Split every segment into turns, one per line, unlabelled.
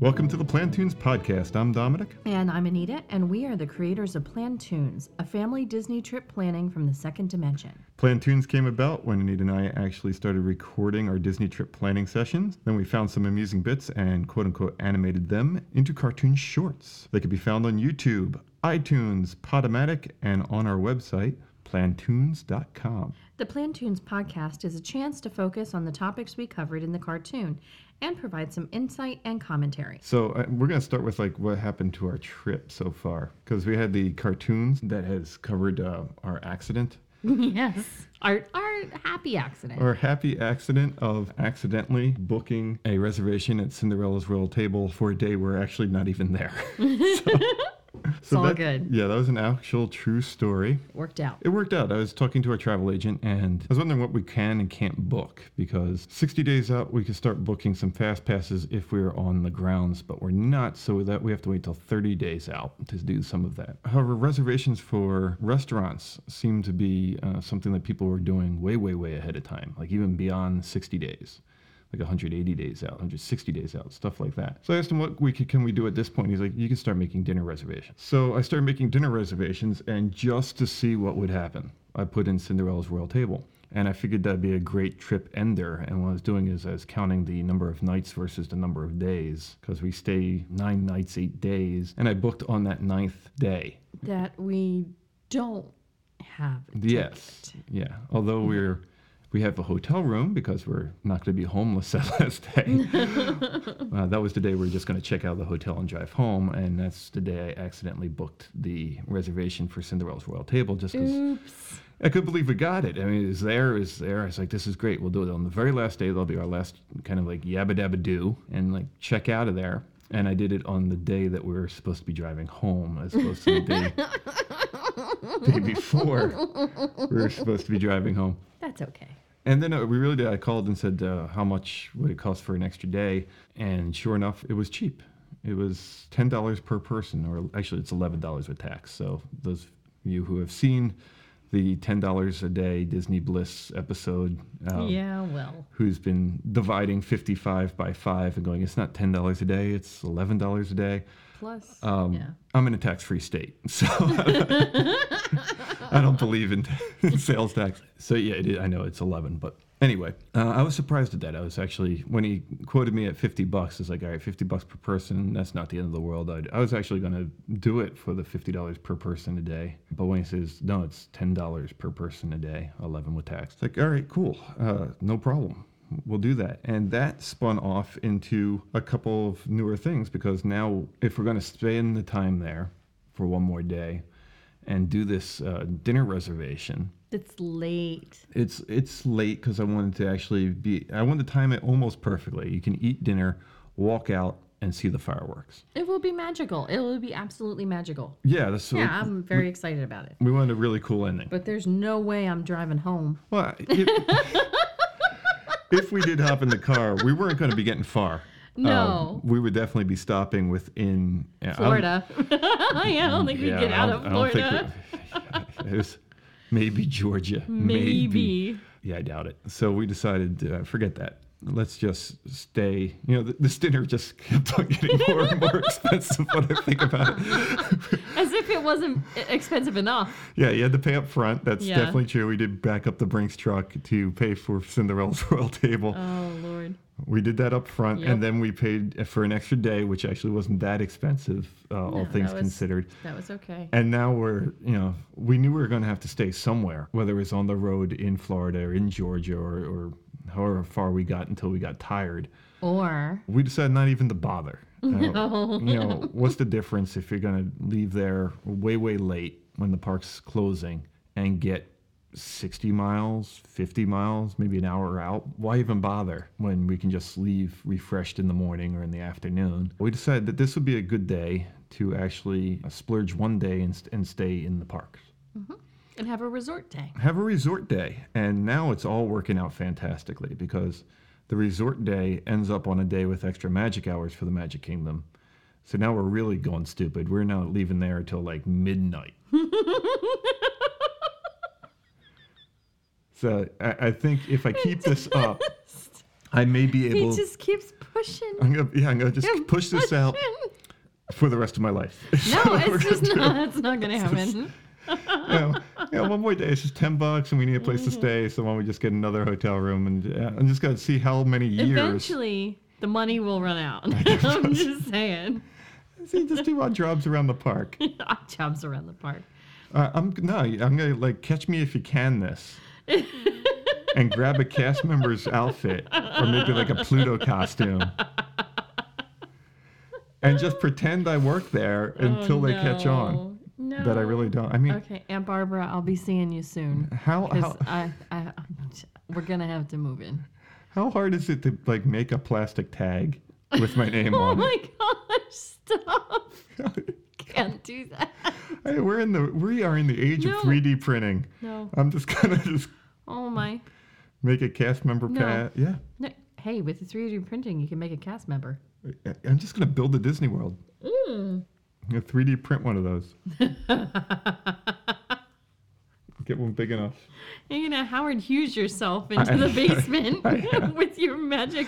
Welcome to the Plantoons Podcast. I'm Dominic.
And I'm Anita, and we are the creators of Plantoons, a family Disney trip planning from the second dimension.
Plantoons came about when Anita and I actually started recording our Disney trip planning sessions. Then we found some amusing bits and quote unquote animated them into cartoon shorts. They could be found on YouTube, iTunes, Podomatic, and on our website, plantoons.com.
The Plantoons podcast is a chance to focus on the topics we covered in the cartoon and provide some insight and commentary.
So uh, we're going to start with like what happened to our trip so far because we had the cartoons that has covered uh, our accident
yes. Our, our happy accident.
Our happy accident of accidentally booking a reservation at Cinderella's Royal Table for a day we're actually not even there.
it's all good.
Yeah, that was an actual true story.
It worked out.
It worked out. I was talking to our travel agent and I was wondering what we can and can't book because 60 days out, we could start booking some fast passes if we are on the grounds, but we're not. So that we have to wait till 30 days out to do some of that. However, reservations for restaurants seem to be uh, something that people were doing way, way, way ahead of time, like even beyond 60 days like 180 days out, 160 days out, stuff like that. So I asked him what we could, can we do at this point. He's like, you can start making dinner reservations. So I started making dinner reservations, and just to see what would happen, I put in Cinderella's Royal Table. And I figured that'd be a great trip ender. And what I was doing is I was counting the number of nights versus the number of days, because we stay nine nights, eight days. And I booked on that ninth day.
That we don't have. a
Yes.
ticket.
Yeah. Although we're we have a hotel room because we're not going to be homeless that last day. uh, that was the day we are just going to check out of the hotel and drive home, and that's the day I accidentally booked the reservation for Cinderella's Royal Table just because
Oops.
I could believe we got it. I mean, it's there, it's there. I was like, this is great. We'll do it on the very last day. That'll be our last kind of like yabba dabba do and like check out of there. And I did it on the day that we were supposed to be driving home as opposed to the day, day before we were supposed to be driving home.
That's okay.
And then uh, we really did. I called and said uh, how much would it cost for an extra day, and sure enough, it was cheap. It was ten dollars per person, or actually, it's eleven dollars with tax. So those of you who have seen the ten dollars a day Disney Bliss episode, um,
yeah, well.
who's been dividing fifty-five by five and going, it's not ten dollars a day, it's eleven dollars a day.
Plus,
Um,
yeah.
I'm in a tax-free state, so I don't believe in, in sales tax. So yeah, it, I know it's 11, but anyway, uh, I was surprised at that. I was actually when he quoted me at 50 bucks, it's like, all right, 50 bucks per person. That's not the end of the world. I, I was actually going to do it for the 50 dollars per person a day, but when he says no, it's 10 dollars per person a day, 11 with tax. It's like, all right, cool, uh, no problem we'll do that. And that spun off into a couple of newer things because now, if we're going to spend the time there for one more day and do this uh, dinner reservation,
It's late.
it's it's late because I wanted to actually be. I wanted to time it almost perfectly. You can eat dinner, walk out, and see the fireworks.
It will be magical. It will be absolutely magical.
Yeah, that's
Yeah, I'm very excited about it.
we wanted a really cool ending.
But there's no way I'm driving home.
Well, if, if we did hop in the car, we weren't going to be getting far. Um,
No.
we would definitely be stopping within yeah, I don't-
Florida. yeah, I don't think
yeah,
we get
I
out
don't- I
of
don't think
Florida.
we- it was maybe Georgia.
Maybe.
Yeah, I doubt it. So we decided, uh, forget that. Let's just stay. You know, th- this dinner just kept on getting more and more expensive when I think about it.
As if it wasn't e- expensive enough.
Yeah, you had to pay up front. That's
Yeah.
definitely true. We did back up the Brinks truck to pay for Cinderella's Royal Table.
Oh, Lord.
We did that up front,
Yep.
and then we paid uh, for an extra day, which actually wasn't that expensive, uh, all
No,
things
that was-
considered.
That was okay.
And now we're, you know, we knew we were going to have to stay somewhere, whether it was on the road in Florida or in Georgia or, or however far we got until we got tired.
Or,
We decided not even to bother. Uh, You know, what's the difference if you're going to leave there way, way late when the park's closing and get 60 miles, 50 miles, maybe an hour out? Why even bother when we can just leave refreshed in the morning or in the afternoon? We decided that this would be a good day to actually uh, splurge one day and, st- and stay in the park.
and have a resort day.
Have a resort day. And now it's all working out fantastically because the resort day ends up on a day with extra magic hours for the Magic Kingdom. So now we're really going stupid. We're not leaving there until like midnight. so I, I think if I keep this up,
I may be
He
able.
just keeps pushing.
I'm gonna, yeah, I'm gonna just push this out for the rest of my life.
No, it's just not. It's not gonna happen.
you know, you know, one more day it's just ten bucks, and we need a place to
Mm-hmm.
stay. So why don't we just get another hotel room, and uh, I'm just gonna see how many years.
Eventually, the money will run out. I'm just saying.
See, just do odd jobs around the park.
Odd jobs around the park.
Uh, I'm no, I'm gonna like catch me if you can this, and grab a cast member's outfit or maybe like a Pluto costume, and just pretend I work there until they catch on.
Oh, No.
That I really don't. I mean,
Okay, Aunt Barbara, I'll be seeing you soon.
how,
'Cause
how
I, I, we're gonna have to move in.
how hard is it to like make a plastic tag with my name
Oh
on it?
my gosh! Stop. Can't do that.
Hey, we're in the we are in the age
No.
of 3D printing.
No.
I'm just gonna just
Oh my.
make a cast member
No.
pat. Yeah,
No. Hey, with the 3D printing, you can make a cast member.
I- I'm just gonna build a Disney World. I'm gonna 3D print one of those. Get one big enough.
You're gonna Howard Hughes yourself into
I-
the basement
I am.
with your magic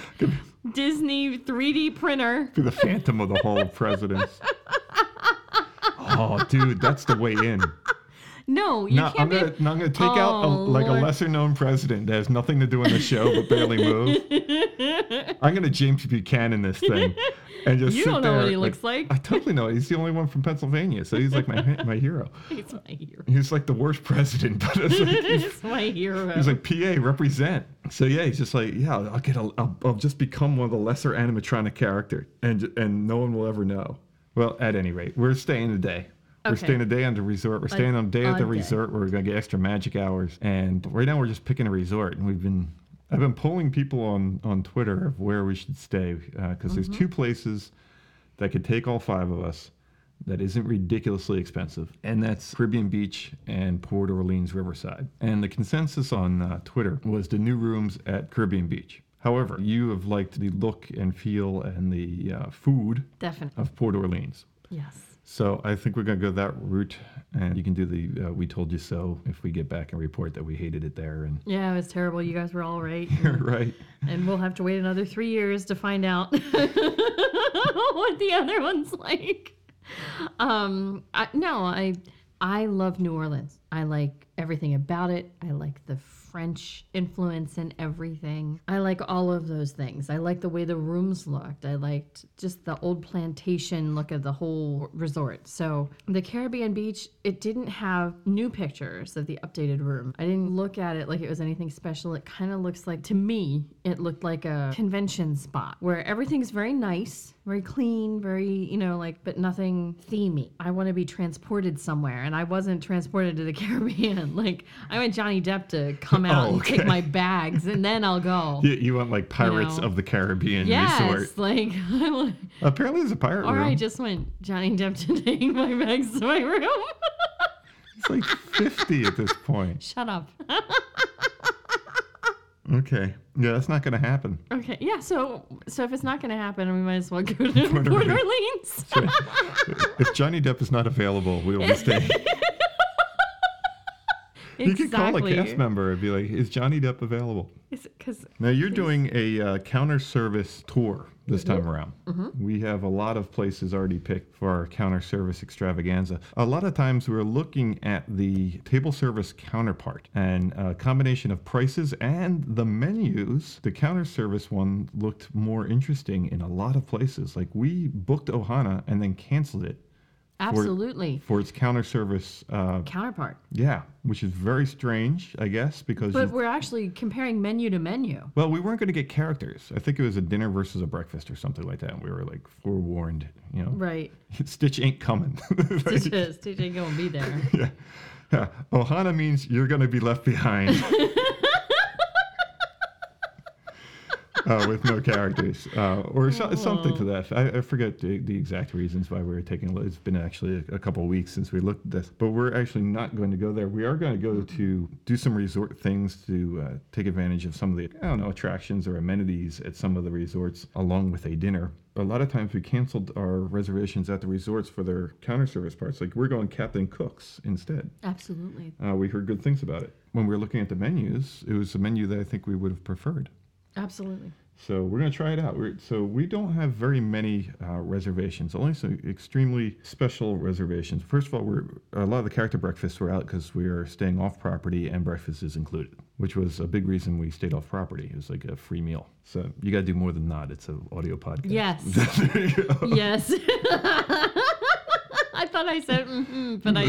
Disney 3D printer.
Be the phantom of the Hall of Presidents. Oh, dude, that's the way in.
No, you
No, I'm
can't
gonna,
be.
no, I'm gonna take out a,
Oh,
like
Lord.
a lesser-known president that has nothing to do in the show but barely move. I'm gonna James Buchanan this thing, and just
You
sit
don't know what
there,
he looks like.
I totally know. He's the only one from Pennsylvania, so he's like my my hero.
He's my hero.
He's like the worst president, but it's like, he's,
He's my hero.
he's like PA represent. So yeah, he's just like yeah, I'll get a, I'll, I'll just become one of the lesser animatronic character, and and no one will ever know. Well, at any rate, we're staying today. We're
Okay.
staying a day on the resort. We're staying on a day at
a
the
day.
resort where we're gonna get extra magic hours. And right now we're just picking a resort, and we've been I've been polling people on on Twitter of where we should stay because there's two places that could take all five of us that isn't ridiculously expensive, and that's Caribbean Beach and Port Orleans Riverside. And the consensus on uh, Twitter was the new rooms at Caribbean Beach. However, you have liked the look and feel and the uh, food
Definitely.
of Port Orleans.
Yes.
So I think we're gonna go that route, and you can do the uh, "We told you so" if we get back and report that we hated it there, and
Yeah, it was terrible. You guys were all right.
right.
and we'll have to wait another three years to find out what the other one's like. Um, I, no, I I love New Orleans. I like everything about it. I like the French influence in everything. I like all of those things. I like the way the rooms looked. I liked just the old plantation look of the whole resort. So the Caribbean beach, it didn't have new pictures of the updated room. I didn't look at it like it was anything special. It kind of looks like, to me, it looked like a convention spot where everything's very nice, very clean, very, you know, like, but nothing themey. I want to be transported somewhere. And I wasn't transported to the Caribbean. Like, I want Johnny Depp to come out and take
Oh, okay.
my bags and then I'll go.
You, you want like Pirates
know.
of the Caribbean resort?
Yes, like I want.
Apparently, there's a pirate
Or
room.
I just went Johnny Depp to take my bags to my room.
It's like 50 at this point.
Shut up.
Okay, yeah, that's not gonna happen.
Okay, yeah. So, so if it's not gonna happen, we might as well go to Port
Port Orleans.
Orleans.
if Johnny Depp is not available, we will be staying. You could call a cast member and be like, "Is Johnny Depp available?"
Because
Now you're doing a uh, counter service tour this time around. We have a lot of places already picked for our counter service extravaganza. A lot of times we're looking at the table service counterpart and a combination of prices and the menus. The counter service one looked more interesting in a lot of places. Like we booked Ohana and then canceled it
absolutely
for its counter service. Uh,
counterpart,
yeah, which is very strange, I guess, because you
but we're actually comparing menu to menu.
well, we weren't going to get characters. I think it was a dinner versus a breakfast or something like that. And we were like forewarned, you know,
Right.
Stitch ain't coming. Like,
Stitch is- Stitch ain't gonna be there.
yeah. Ohana means you're going to be left behind. Uh, with no characters, uh, or so, something to that. I, I forget the, the exact reasons why we were taking. a look. It's been actually a, a couple of weeks since we looked at this, but we're actually not going to go there. We are going to go to do some resort things to uh, take advantage of some of the I don't know attractions or amenities at some of the resorts, along with a dinner. A lot of times we canceled our reservations at the resorts for their counter service parts. Like we're going Captain Cook's instead.
Absolutely.
Uh, we heard good things about it. When we were looking at the menus, it was a menu that I think we would have preferred.
Absolutely.
So we're going to try it out. We're, so we don't have very many uh, reservations, only some extremely special reservations. First of all, we're, a lot of the character breakfasts were out because we are staying off property and breakfast is included, which was a big reason we stayed off property. It was like a free meal. So you got to do more than not. It's an audio podcast. There you go.
Yes. Yes. I thought I said mm-hmm, but I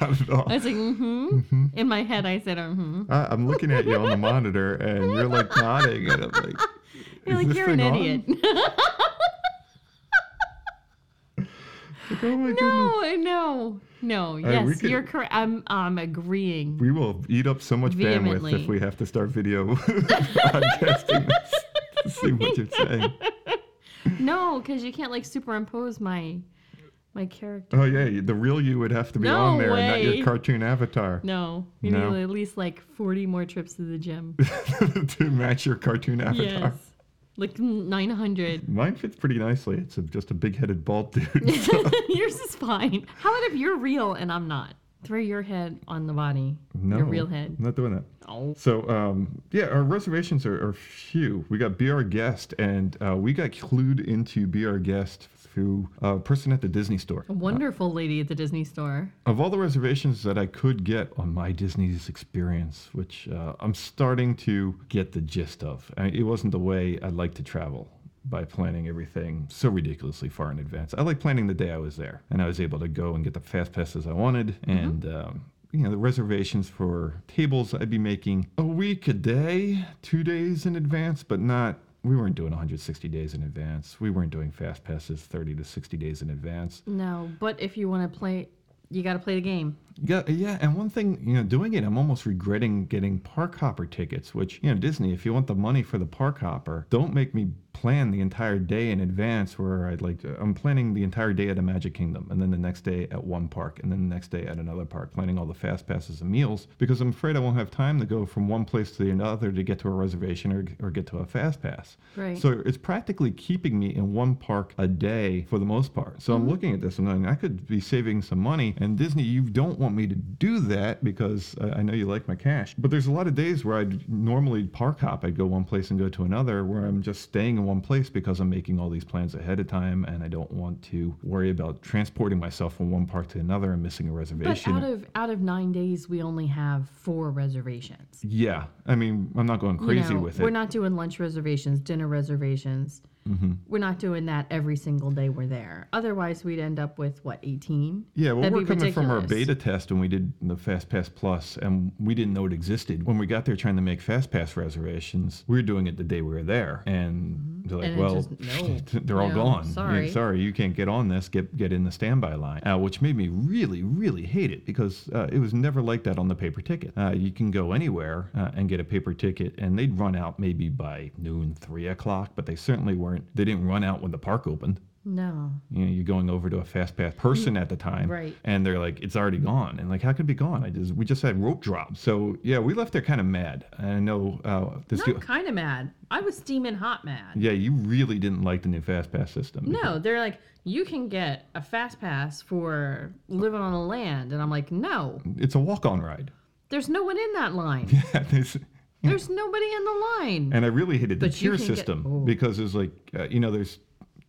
not at all.
I was like mm-hmm. In my head, I said mm-hmm.
I, I'm looking at you on the monitor and you're like nodding and I'm like,
You're
"Is
like
this
you're an
thing on?"
idiot.
Like, oh my goodness.
no, no, no.
Uh, we
Yes,
could-
you're correct. I'm, I'm agreeing.
We will eat up so much bandwidth
Vehemently.
if we have to start video podcasting this to see what you're saying.
No, because you can't like superimpose my, my character.
Oh yeah, the real you would have to be
No
on there, and not
way.
your cartoon avatar,
No, you
No.
need at least like 40 more trips to the gym.
to match your cartoon avatar.
yes, like 900.
Mine fits pretty nicely. It's a, just a big-headed bald dude.
Yours is fine. How about if you're real and I'm not? Throw your head on the body.
No,
Your real head.
Not doing that.
Oh.
So um, yeah, our reservations are, are few. We got Be Our Guest, and uh, we got clued into Be Our Guest through a person at the Disney store.
A wonderful lady at the Disney store.
Of all the reservations that I could get on my Disney's experience, which uh, I'm starting to get the gist of, I it wasn't the way I'd like to travel by planning everything so ridiculously far in advance. I like planning the day I was there, and I was able to go and get the fast passes I wanted, and um, you know the reservations for tables I'd be making a week, a day, two days in advance, but not we weren't doing 160 days in advance. We weren't doing fast passes 30 to 60 days in advance.
No, but if you want to play, you got to play the game.
Yeah, yeah, and one thing, you know, doing it, I'm almost regretting getting park hopper tickets, which, you know, Disney, if you want the money for the park hopper, don't make me plan the entire day in advance where I'd like to, I'm planning the entire day at a Magic Kingdom and then the next day at one park and then the next day at another park, planning all the fast passes and meals because I'm afraid I won't have time to go from one place to another to get to a reservation or, or get to a fast pass.
Right.
So it's practically keeping me in one park a day for the most part. So
Mm-hmm.
I'm looking at this and I'm, I could be saving some money. And Disney, you don't want me to do that because I, I know you like my cash. But there's a lot of days where I'd normally park hop. I'd go one place and go to another where I'm just staying in one place because I'm making all these plans ahead of time and I don't want to worry about transporting myself from one park to another and missing a
But
reservation.
out of out of nine days, we only have four reservations.
yeah. I mean, I'm not going
You
crazy
know,
with
We're
it.
not doing lunch reservations, dinner reservations.
Mm-hmm.
We're not doing that every single day we're there. Otherwise, we'd end up with what eighteen.
Yeah, well,
That'd
we're
be
coming from our
ridiculous.
beta test when we did the FastPass Plus, and we didn't know it existed. When we got there trying to make FastPass reservations, we were doing it the day we were there, and they're like,
Mm-hmm. And it
"Well,
just- no.
they're all
No,
gone.
sorry.
Yeah, sorry, you can't get on this. Get get in the standby line," uh, which made me really, really hate it because uh, it was never like that on the paper ticket. Uh, you can go anywhere uh, and get a paper ticket, and they'd run out maybe by noon, three o'clock, but they certainly weren't. They didn't run out when the park opened
No,
you know, you're going over to a fast pass person at the time,
Right.
And they're like, "It's already gone." And like, how could it be gone? I just we just had rope drop. So yeah, we left there kind of mad. And I know uh, this.
I'm kind of mad. I was steaming hot mad.
yeah, you really didn't like the new fast pass system.
No, they're like you can get a fast pass for living on the land, and I'm like, no,
it's a walk on ride.
there's no one in that line.
It's-
there's nobody in the line.
and I really hated the
But you
tier
can get-
system
oh.
because it's like uh, you know, there's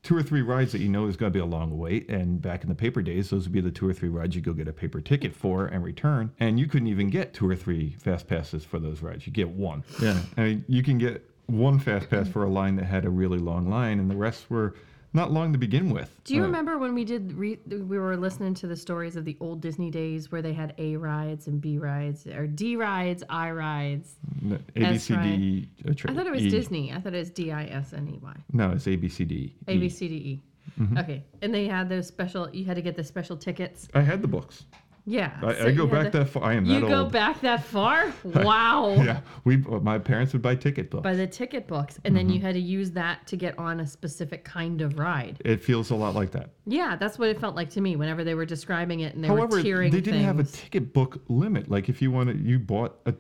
two or three rides that you know is going to be a long wait. And back in the paper days, those would be the two or three rides you go get a paper ticket for and return. And you couldn't even get two or three fast passes for those rides. You get one. Yeah. I mean, you can get one fast pass for a line that had a really long line, and the rest were not long to begin with.
Do you
Uh,
remember when we did? Re- we were listening to the stories of the old Disney days where they had A rides and B rides or D rides, I rides.
no, A B
That's
C D. uh, tra-
I thought it was
E.
Disney. I thought it was D I S N E Y.
No, it's A B C D.
A B C D E.
Mm-hmm.
Okay, and they had those special. You had to get the special tickets.
I had the books.
Yeah,
I,
so
I
you
go
had
back
the-
that far. I am
You
that
go
old.
back that far? Wow.
Yeah, we. uh, My parents would buy ticket books.
By the ticket books, and then you
Mm-hmm.
had to use that to get on a specific kind of ride.
It feels a lot like that.
Yeah, that's what it felt like to me whenever they were describing it and they
However,
were
they
tearing
didn't have a
things.
ticket book limit. Like if you wanted, you bought a,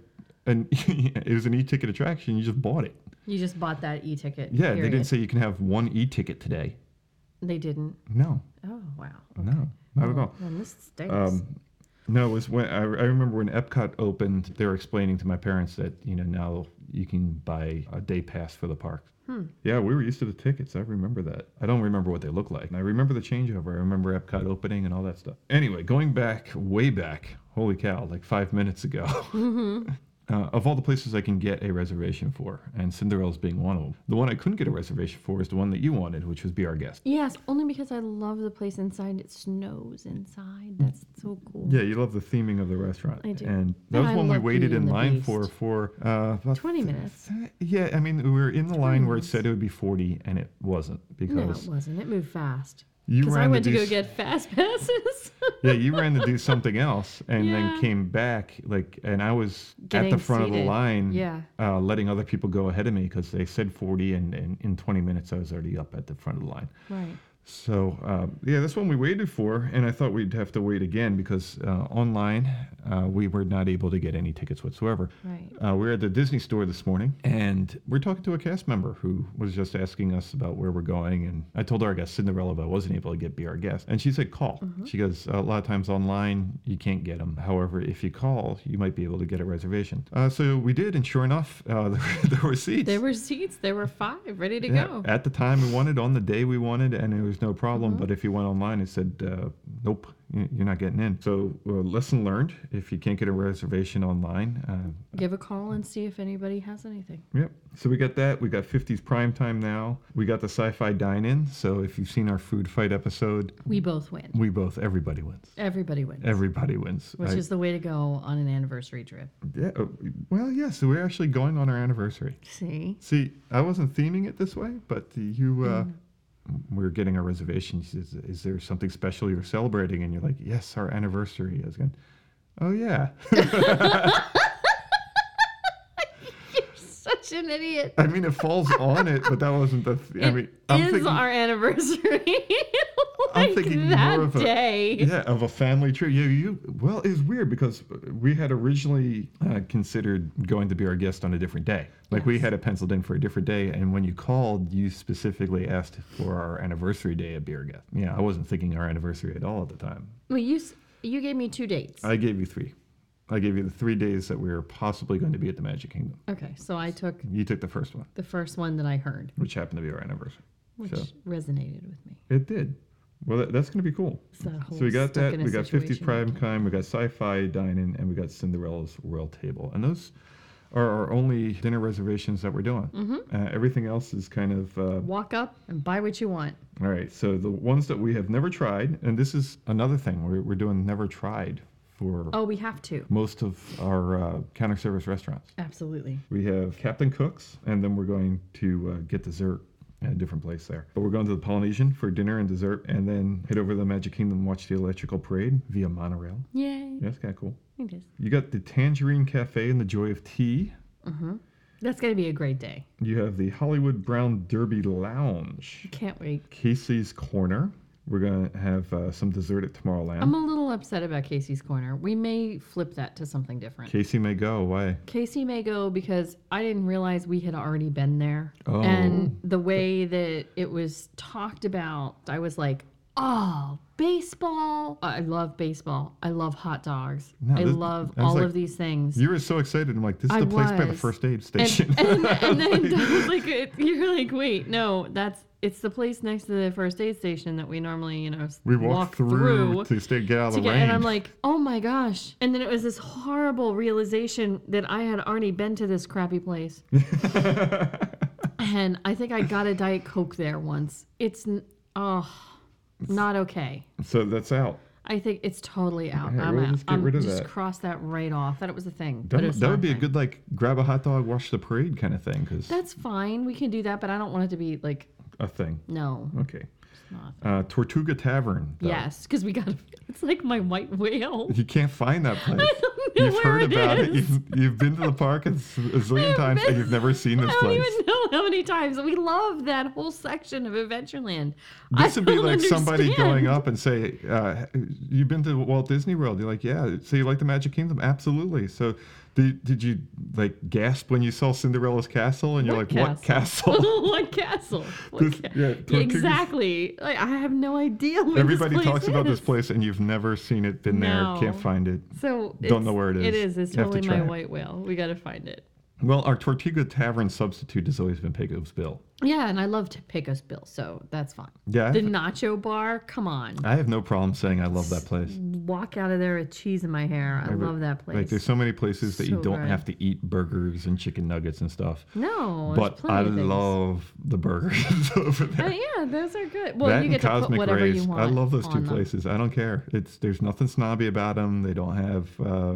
an it was an e-ticket attraction. You just bought it.
You just bought that e ticket.
Yeah, they didn't say you can have one e-ticket today.
They didn't.
No,
Oh wow.
no, not at all.
Then this stinks.
Um, no, it was when I, I remember when Epcot opened. They were explaining to my parents that you know now you can buy a day pass for the park. Yeah, we were used to the tickets. I remember that. I don't remember what they look like. And I remember the changeover. I remember Epcot opening and all that stuff. Anyway, going back, way back, holy cow, like five minutes ago. Uh, of all the places I can get a reservation for, and Cinderella's being one of them. The one I couldn't get a reservation for is the one that you wanted, which was Be Our Guest.
Yes, only because I love the place inside. It snows inside. That's so cool.
Yeah, you love the theming of the restaurant.
I do.
And that
And
was
I
one we
love
waited
Beauty
in
and the
line
Beast.
for for uh, about
20
th-
minutes.
th- yeah, I mean, we were in the line where it said it would be 40, and it wasn't
No, it
because
wasn't. It moved fast.
you
Because I
ran
went to
do
go
s-
get fast passes.
yeah, you ran to do something else, and
Yeah.
then came back like, and I was at
Getting
the front of
seated.
the line,
Yeah.
uh, letting other people go ahead of me because they said 40, and, and in 20 minutes I was already up at the front of the line.
right.
So um, yeah, that's one we waited for, and I thought we'd have to wait again because uh, online uh, we were not able to get any tickets whatsoever.
Right.
Uh, we were at the Disney store this morning, and we're talking to a cast member who was just asking us about where we're going. And I told our guest Cinderella, but I wasn't able to get be our guest. And she said, call. She goes, a lot of times online you can't get them. However, if you call, you might be able to get a reservation. Uh, so we did, and sure enough, uh, there were seats.
There were seats. There were five ready to
Yeah,
go.
At the time we wanted, on the day we wanted, and it was no problem.
Mm-hmm.
But if you went online, it said, uh, nope, you- you're not getting in. So, uh, lesson learned if you can't get a reservation online, uh,
Give a call and see if anybody has anything.
yep. So, we got that. We got 50s prime time now. We got the sci fi dine in. So, if you've seen our food fight episode,
We both win.
we both, everybody wins.
Everybody wins.
Everybody wins.
which
I-
is the way to go on an anniversary trip.
yeah, uh, well, yeah. So, we're actually going on our anniversary.
See?
See, I wasn't theming it this way, but you,
Mm.
uh, we were getting a reservation. She says, "Is there something special you're celebrating?" And you're like, "Yes, our anniversary." I was going, "Oh yeah."
Such an idiot.
I mean, it falls on it, but that wasn't the. Th- I mean, I'm
is
thinking,
our anniversary.
I'm
like
thinking more
that
of a-
day.
yeah, of a family trip. Yeah, you. Well, it's weird because we had originally uh, considered going to be our guest on a different day. Like we
Yes.
had it penciled in for a different day, and when you called, you specifically asked for our anniversary day at beer guest. Yeah, I wasn't thinking our anniversary at all at the time.
Well, you s- you gave me two dates.
I gave you three. I gave you the three days that we were possibly going to be at the Magic Kingdom.
okay, so I took
You took the first one,
the first one that I heard,
which happened to be our anniversary.
which
So
resonated with me.
it did. Well, that, that's going to be cool.
It's that whole
So we got
stuck
that.
in a
We got 50s
situation.
prime time. We got sci-fi dining, and we got Cinderella's Royal Table, and those are our only dinner reservations that we're doing.
Mm-hmm.
Uh, everything else is kind of uh,
Walk up and buy what you want.
all right. So the ones that we have never tried, and this is another thing we're, we're doing never tried for
Oh, we have to.
most of our uh, counter service restaurants.
Absolutely.
We have Captain Cook's, and then we're going to uh, get dessert at a different place there. But we're going to the Polynesian for dinner and dessert, and then head over to the Magic Kingdom and watch the electrical parade via monorail.
Yay.
Yeah, that's kind of cool.
It is.
You got the Tangerine Cafe and the Joy of Tea.
That's going to be a great day.
You have the Hollywood Brown Derby Lounge,
Can't wait.
Casey's Corner. We're going to have uh, some dessert at Tomorrowland.
I'm a little upset about Casey's Corner. We may flip that to something different.
Casey may go away.
Casey may go because I didn't realize we had already been there.
Oh.
And the way that it was talked about, I was like, oh, baseball. I love baseball. I love hot dogs.
No,
I
this-
love
I was
all
like-
of these things.
You were so excited. I'm like, this is
I
the place by the
was.
first aid
and,
station.
and, and then I was like, it- you're like, wait, no, that's it's the place next to the first aid station that we normally, you know, s-
we walked
walk
through, to stay, get out of
to
the
get,
rain.
and I'm like, oh my gosh. And then it was this horrible realization that I had already been to this crappy place. and I think I got a Diet Coke there once. It's, n- oh, not okay.
so that's out.
I think it's totally out.
Yeah,
I'm
we'll
out.
just get
I'm-
rid of
just
that.
cross that right off. That it was a thing.
That,
but it
would-
was
that
not
would be a
thing.
good like grab a hot dog, watch the parade kind of thing because
That's fine. We can do that, but I don't want it to be like,
a thing.
no,
Okay.
Mm, it's not.
Uh, Tortuga Tavern. though.
Yes, because we got it's like my white whale.
You can't find that place.
don't know
You've
where
heard
it
about it.
is.
You've, you've been to the park a s- a zillion times and
been-
you've never seen this
I don't
place.
even know how many times we love that whole section of Adventureland. I
This would be
don't
like somebody going
understand.
up and say, uh, "You've been to Walt Disney World." You're like, "Yeah." So you like the Magic Kingdom? Absolutely. So did, did you like gasp when you saw Cinderella's castle? And you're
What
like, "What castle?"
what castle? What
This-
ca-
yeah, Tortuga's-
exactly. Like, I have no idea. Where
Everybody
this place
talks about this
is.
place and you've never seen it, been there,
No.
can't find it.
So
Don't
it's-
know where it
It
is.
is. It's
You have to
totally my
try it.
white whale. We got to find it.
Well, our Tortuga Tavern substitute has always been Pecos Bill.
Yeah, and I loved Pecos Bill, so that's fine.
Yeah, I
The
have,
nacho bar, come on.
I have no problem saying I love that place.
Walk out of there with cheese in my hair. I,
re-
love that place.
Like, there's so many places that you
So
don't
good.
have to eat burgers and chicken nuggets and stuff.
no, there's
but
plenty
I
of things.
love the burgers over
Uh,
there.
yeah, those are good. Well,
that
you
and
get to put
Cosmic
whatever
Rays.
you want.
I love those two
on them.
places. I don't care. It's there's nothing snobby about them. They don't have, uh,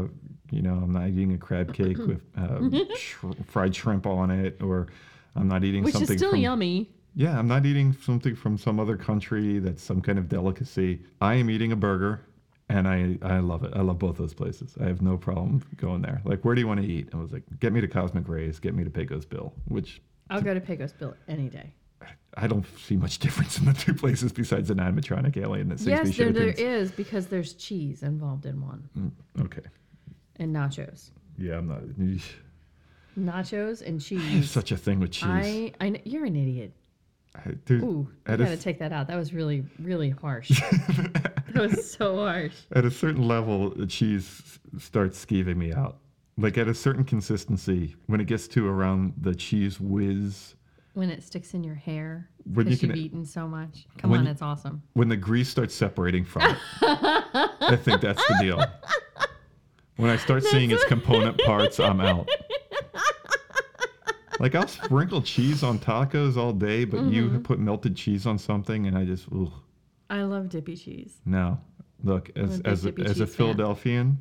you know, I'm not eating a crab cake with uh, sh- fried shrimp on it, or I'm not eating
Which is
something
still
from
yummy.
Yeah, I'm not eating something from some other country that's some kind of delicacy. I am eating a burger and I, I love it. I love both those places. I have no problem going there. Like, where do you want to eat? I was like, get me to Cosmic Rays, get me to Pecos Bill, which
I'll go to Pecos Bill any day.
I don't see much difference in the two places besides an animatronic alien that sings me
Yes, there,
shit.
there is because there's cheese involved in one
Okay.
and nachos,
Yeah, I'm not.
nachos and
There's
cheese.
such a thing with cheese.
I, I kn- you're an idiot.
I- there's-
Ooh, I
That is-
gotta take that out. That was really really harsh. that was so harsh.
at a certain level, the cheese s- starts skeeving me out. Like at a certain consistency, when it gets to around the cheese whiz,
When it sticks in your hair
When you
because you
can- e
have eaten so much. Come
when
on,
you-
it's awesome.
when the grease starts separating from it, I think that's the deal. When I start seeing its component parts, I'm out. Like I'll sprinkle cheese on tacos all day, but
Mm-hmm.
you put melted cheese on something, and I just ugh,
I love dippy cheese.
no. Look, as
big
as a,
dippy
as a
cheese fan.
Philadelphian,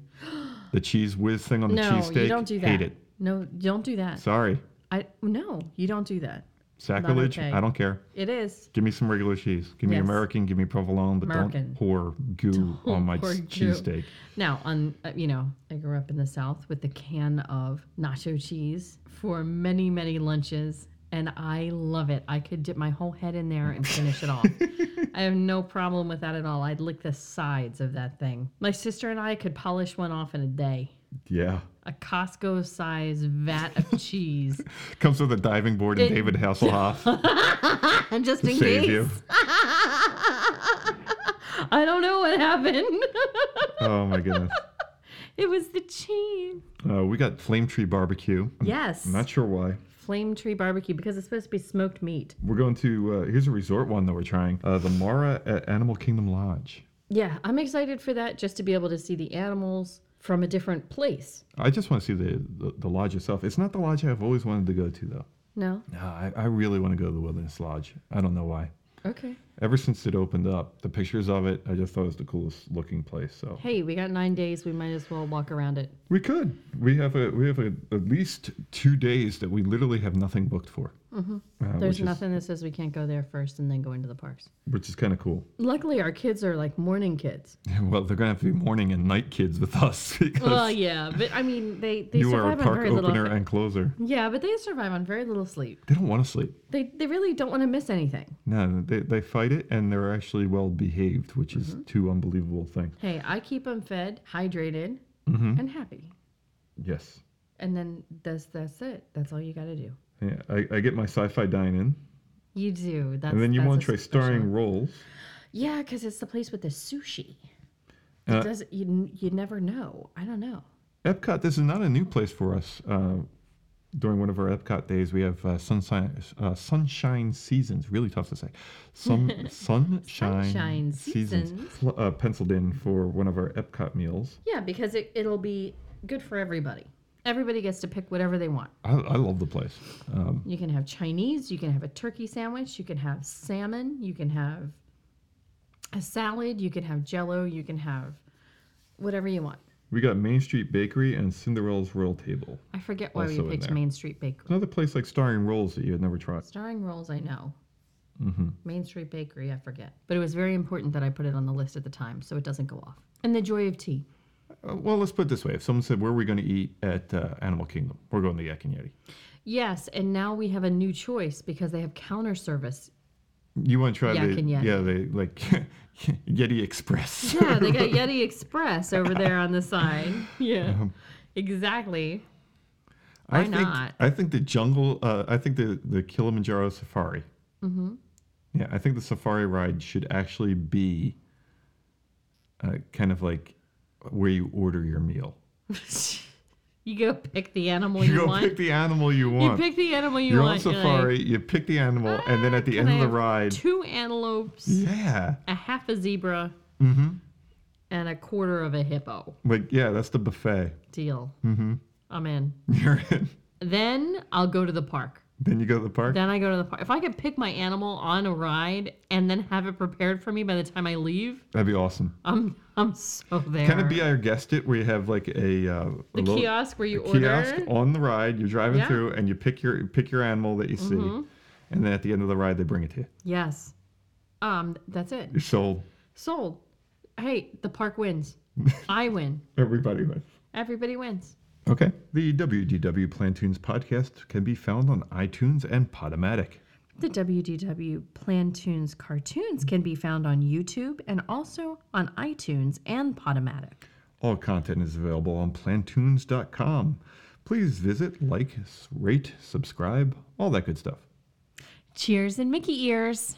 the cheese whiz thing on the
No,
cheesesteak,
you don't do that.
hate it.
No, don't do that.
Sorry,
I no, you don't do that.
sacrilege.
okay.
I don't care.
It is.
Give me some regular cheese. Give me
Yes.
American. Give me provolone, but
American.
don't pour goo on my
pour
s-
goo.
cheesesteak.
Now, on uh, you know, I grew up in the South with the can of nacho cheese for many, many lunches, and I love it. I could dip my whole head in there and finish it off. I have no problem with that at all. I'd lick the sides of that thing. My sister and I could polish one off in a day.
Yeah.
A Costco size vat of cheese.
Comes with a diving board and
It-
David Hasselhoff.
And just in
save
case.
you.
I don't know what happened.
oh my goodness.
it was the cheese.
Uh, we got Flame Tree Barbecue.
Yes.
I'm not sure why.
Flame tree barbecue because it's supposed to be smoked meat.
We're going to, uh, here's a resort one that we're trying uh, the Mara at Animal Kingdom Lodge.
Yeah, I'm excited for that just to be able to see the animals from a different place.
I just want to see the, the, the lodge itself. It's not the lodge I've always wanted to go to, though.
No?
No, I, I really want to go to the Wilderness Lodge. I don't know why.
Okay.
Ever since it opened up, the pictures of it, I just thought it was the coolest looking place. So
Hey, we got nine days. We might as well walk around it.
We could. We have a we have a, at least two days that we literally have nothing booked for. Mm-hmm.
There's
which
nothing that says we can't go there first and then go into the parks.
Is, which is kind of cool.
Luckily, our kids are like morning kids.
Well, they're gonna have to be morning and night kids with us because
Well, yeah, but I mean, they, they
you are a
survive on
park
very
opener
little.
and closer.
Yeah, but they survive on very little sleep.
They don't want to sleep.
They, they really don't want to miss anything.
No, they they fight it and they're actually well behaved, which is
Mm-hmm.
two unbelievable things.
Hey, I keep them fed, hydrated,
Mm-hmm.
and happy.
Yes.
And then that's that's it. That's all you got to do.
Yeah, I, I get my sci-fi dine in,
You do. That's
and then you
that's
want
a
to try
special-
starring roles.
Yeah, because it's the place with the sushi.
Uh,
it does you n- you never know. I don't know.
Epcot, this is not a new place for us. Uh, during one of our Epcot days, we have uh, sunshine, uh, sunshine seasons. Really tough to say. Sun, sunshine,
Sunshine Seasons.
Fl- uh, penciled in for one of our Epcot meals.
Yeah, because it it'll be good for everybody. Everybody gets to pick whatever they want.
I, I love the place. Um,
You can have Chinese. You can have a turkey sandwich. You can have salmon. You can have a salad. You can have Jello. You can have whatever you want.
we got Main Street Bakery and Cinderella's Royal Table.
I forget why
Also in
we picked
there.
Main Street Bakery.
Another place like starring roles that you had never tried.
Starring rolls, I know.
Mm-hmm.
Main Street Bakery, I forget. But it was very important that I put it on the list at the time so it doesn't go off. And the joy of tea.
Uh, well, let's put it this way: if someone said, "Where are we going to eat at uh, Animal Kingdom?" We're going to Yak and Yeti.
Yes, and now we have a new choice because they have counter service.
You want to try
Yak
the
and Yeti.
yeah, they like Yeti Express.
Yeah, they got Yeti Express over there on the side. Yeah,
Um,
exactly.
I
Why
think,
not?
I think the jungle. Uh, I think the the Kilimanjaro safari. Mm-hmm. Yeah, I think the safari ride should actually be uh, kind of like where you order your meal.
You go pick the animal
You
you,
go
want.
pick the animal you
you
want.
pick the animal you
are on
want. you're like, "Ah,
safari, you pick the animal, and then at the
"Can
end
I
of the
have
ride,
two antelopes,
yeah,
a half a zebra,
Mm-hmm.
and a quarter of a hippo.
like yeah, that's the buffet.
Deal. Mm-hmm. I'm in.
You're in.
Then I'll go to the park.
Then you go to the park.
Then I go to the park. If I could pick my animal on a ride and then have it prepared for me by the time I leave,
That'd be awesome.
I'm I'm so there.
Kind of be our guest it where you have like a, uh, a
the
little
kiosk where you
kiosk
order.
on the ride. You're driving
Yeah. Mm-hmm.
through, and you pick your pick your animal that you see, and then at the end of the ride, they bring it to you.
Yes. Um, that's it.
You're sold.
Sold. Hey, the park wins. I win.
Everybody wins.
Everybody wins.
Okay. The WDW Plantoons podcast can be found on iTunes and Podomatic.
The WDW Plantoons cartoons can be found on YouTube and also on iTunes and Podomatic.
All content is available on plantoons.com. Please visit, like, s- rate, subscribe, all that good stuff.
Cheers and Mickey ears.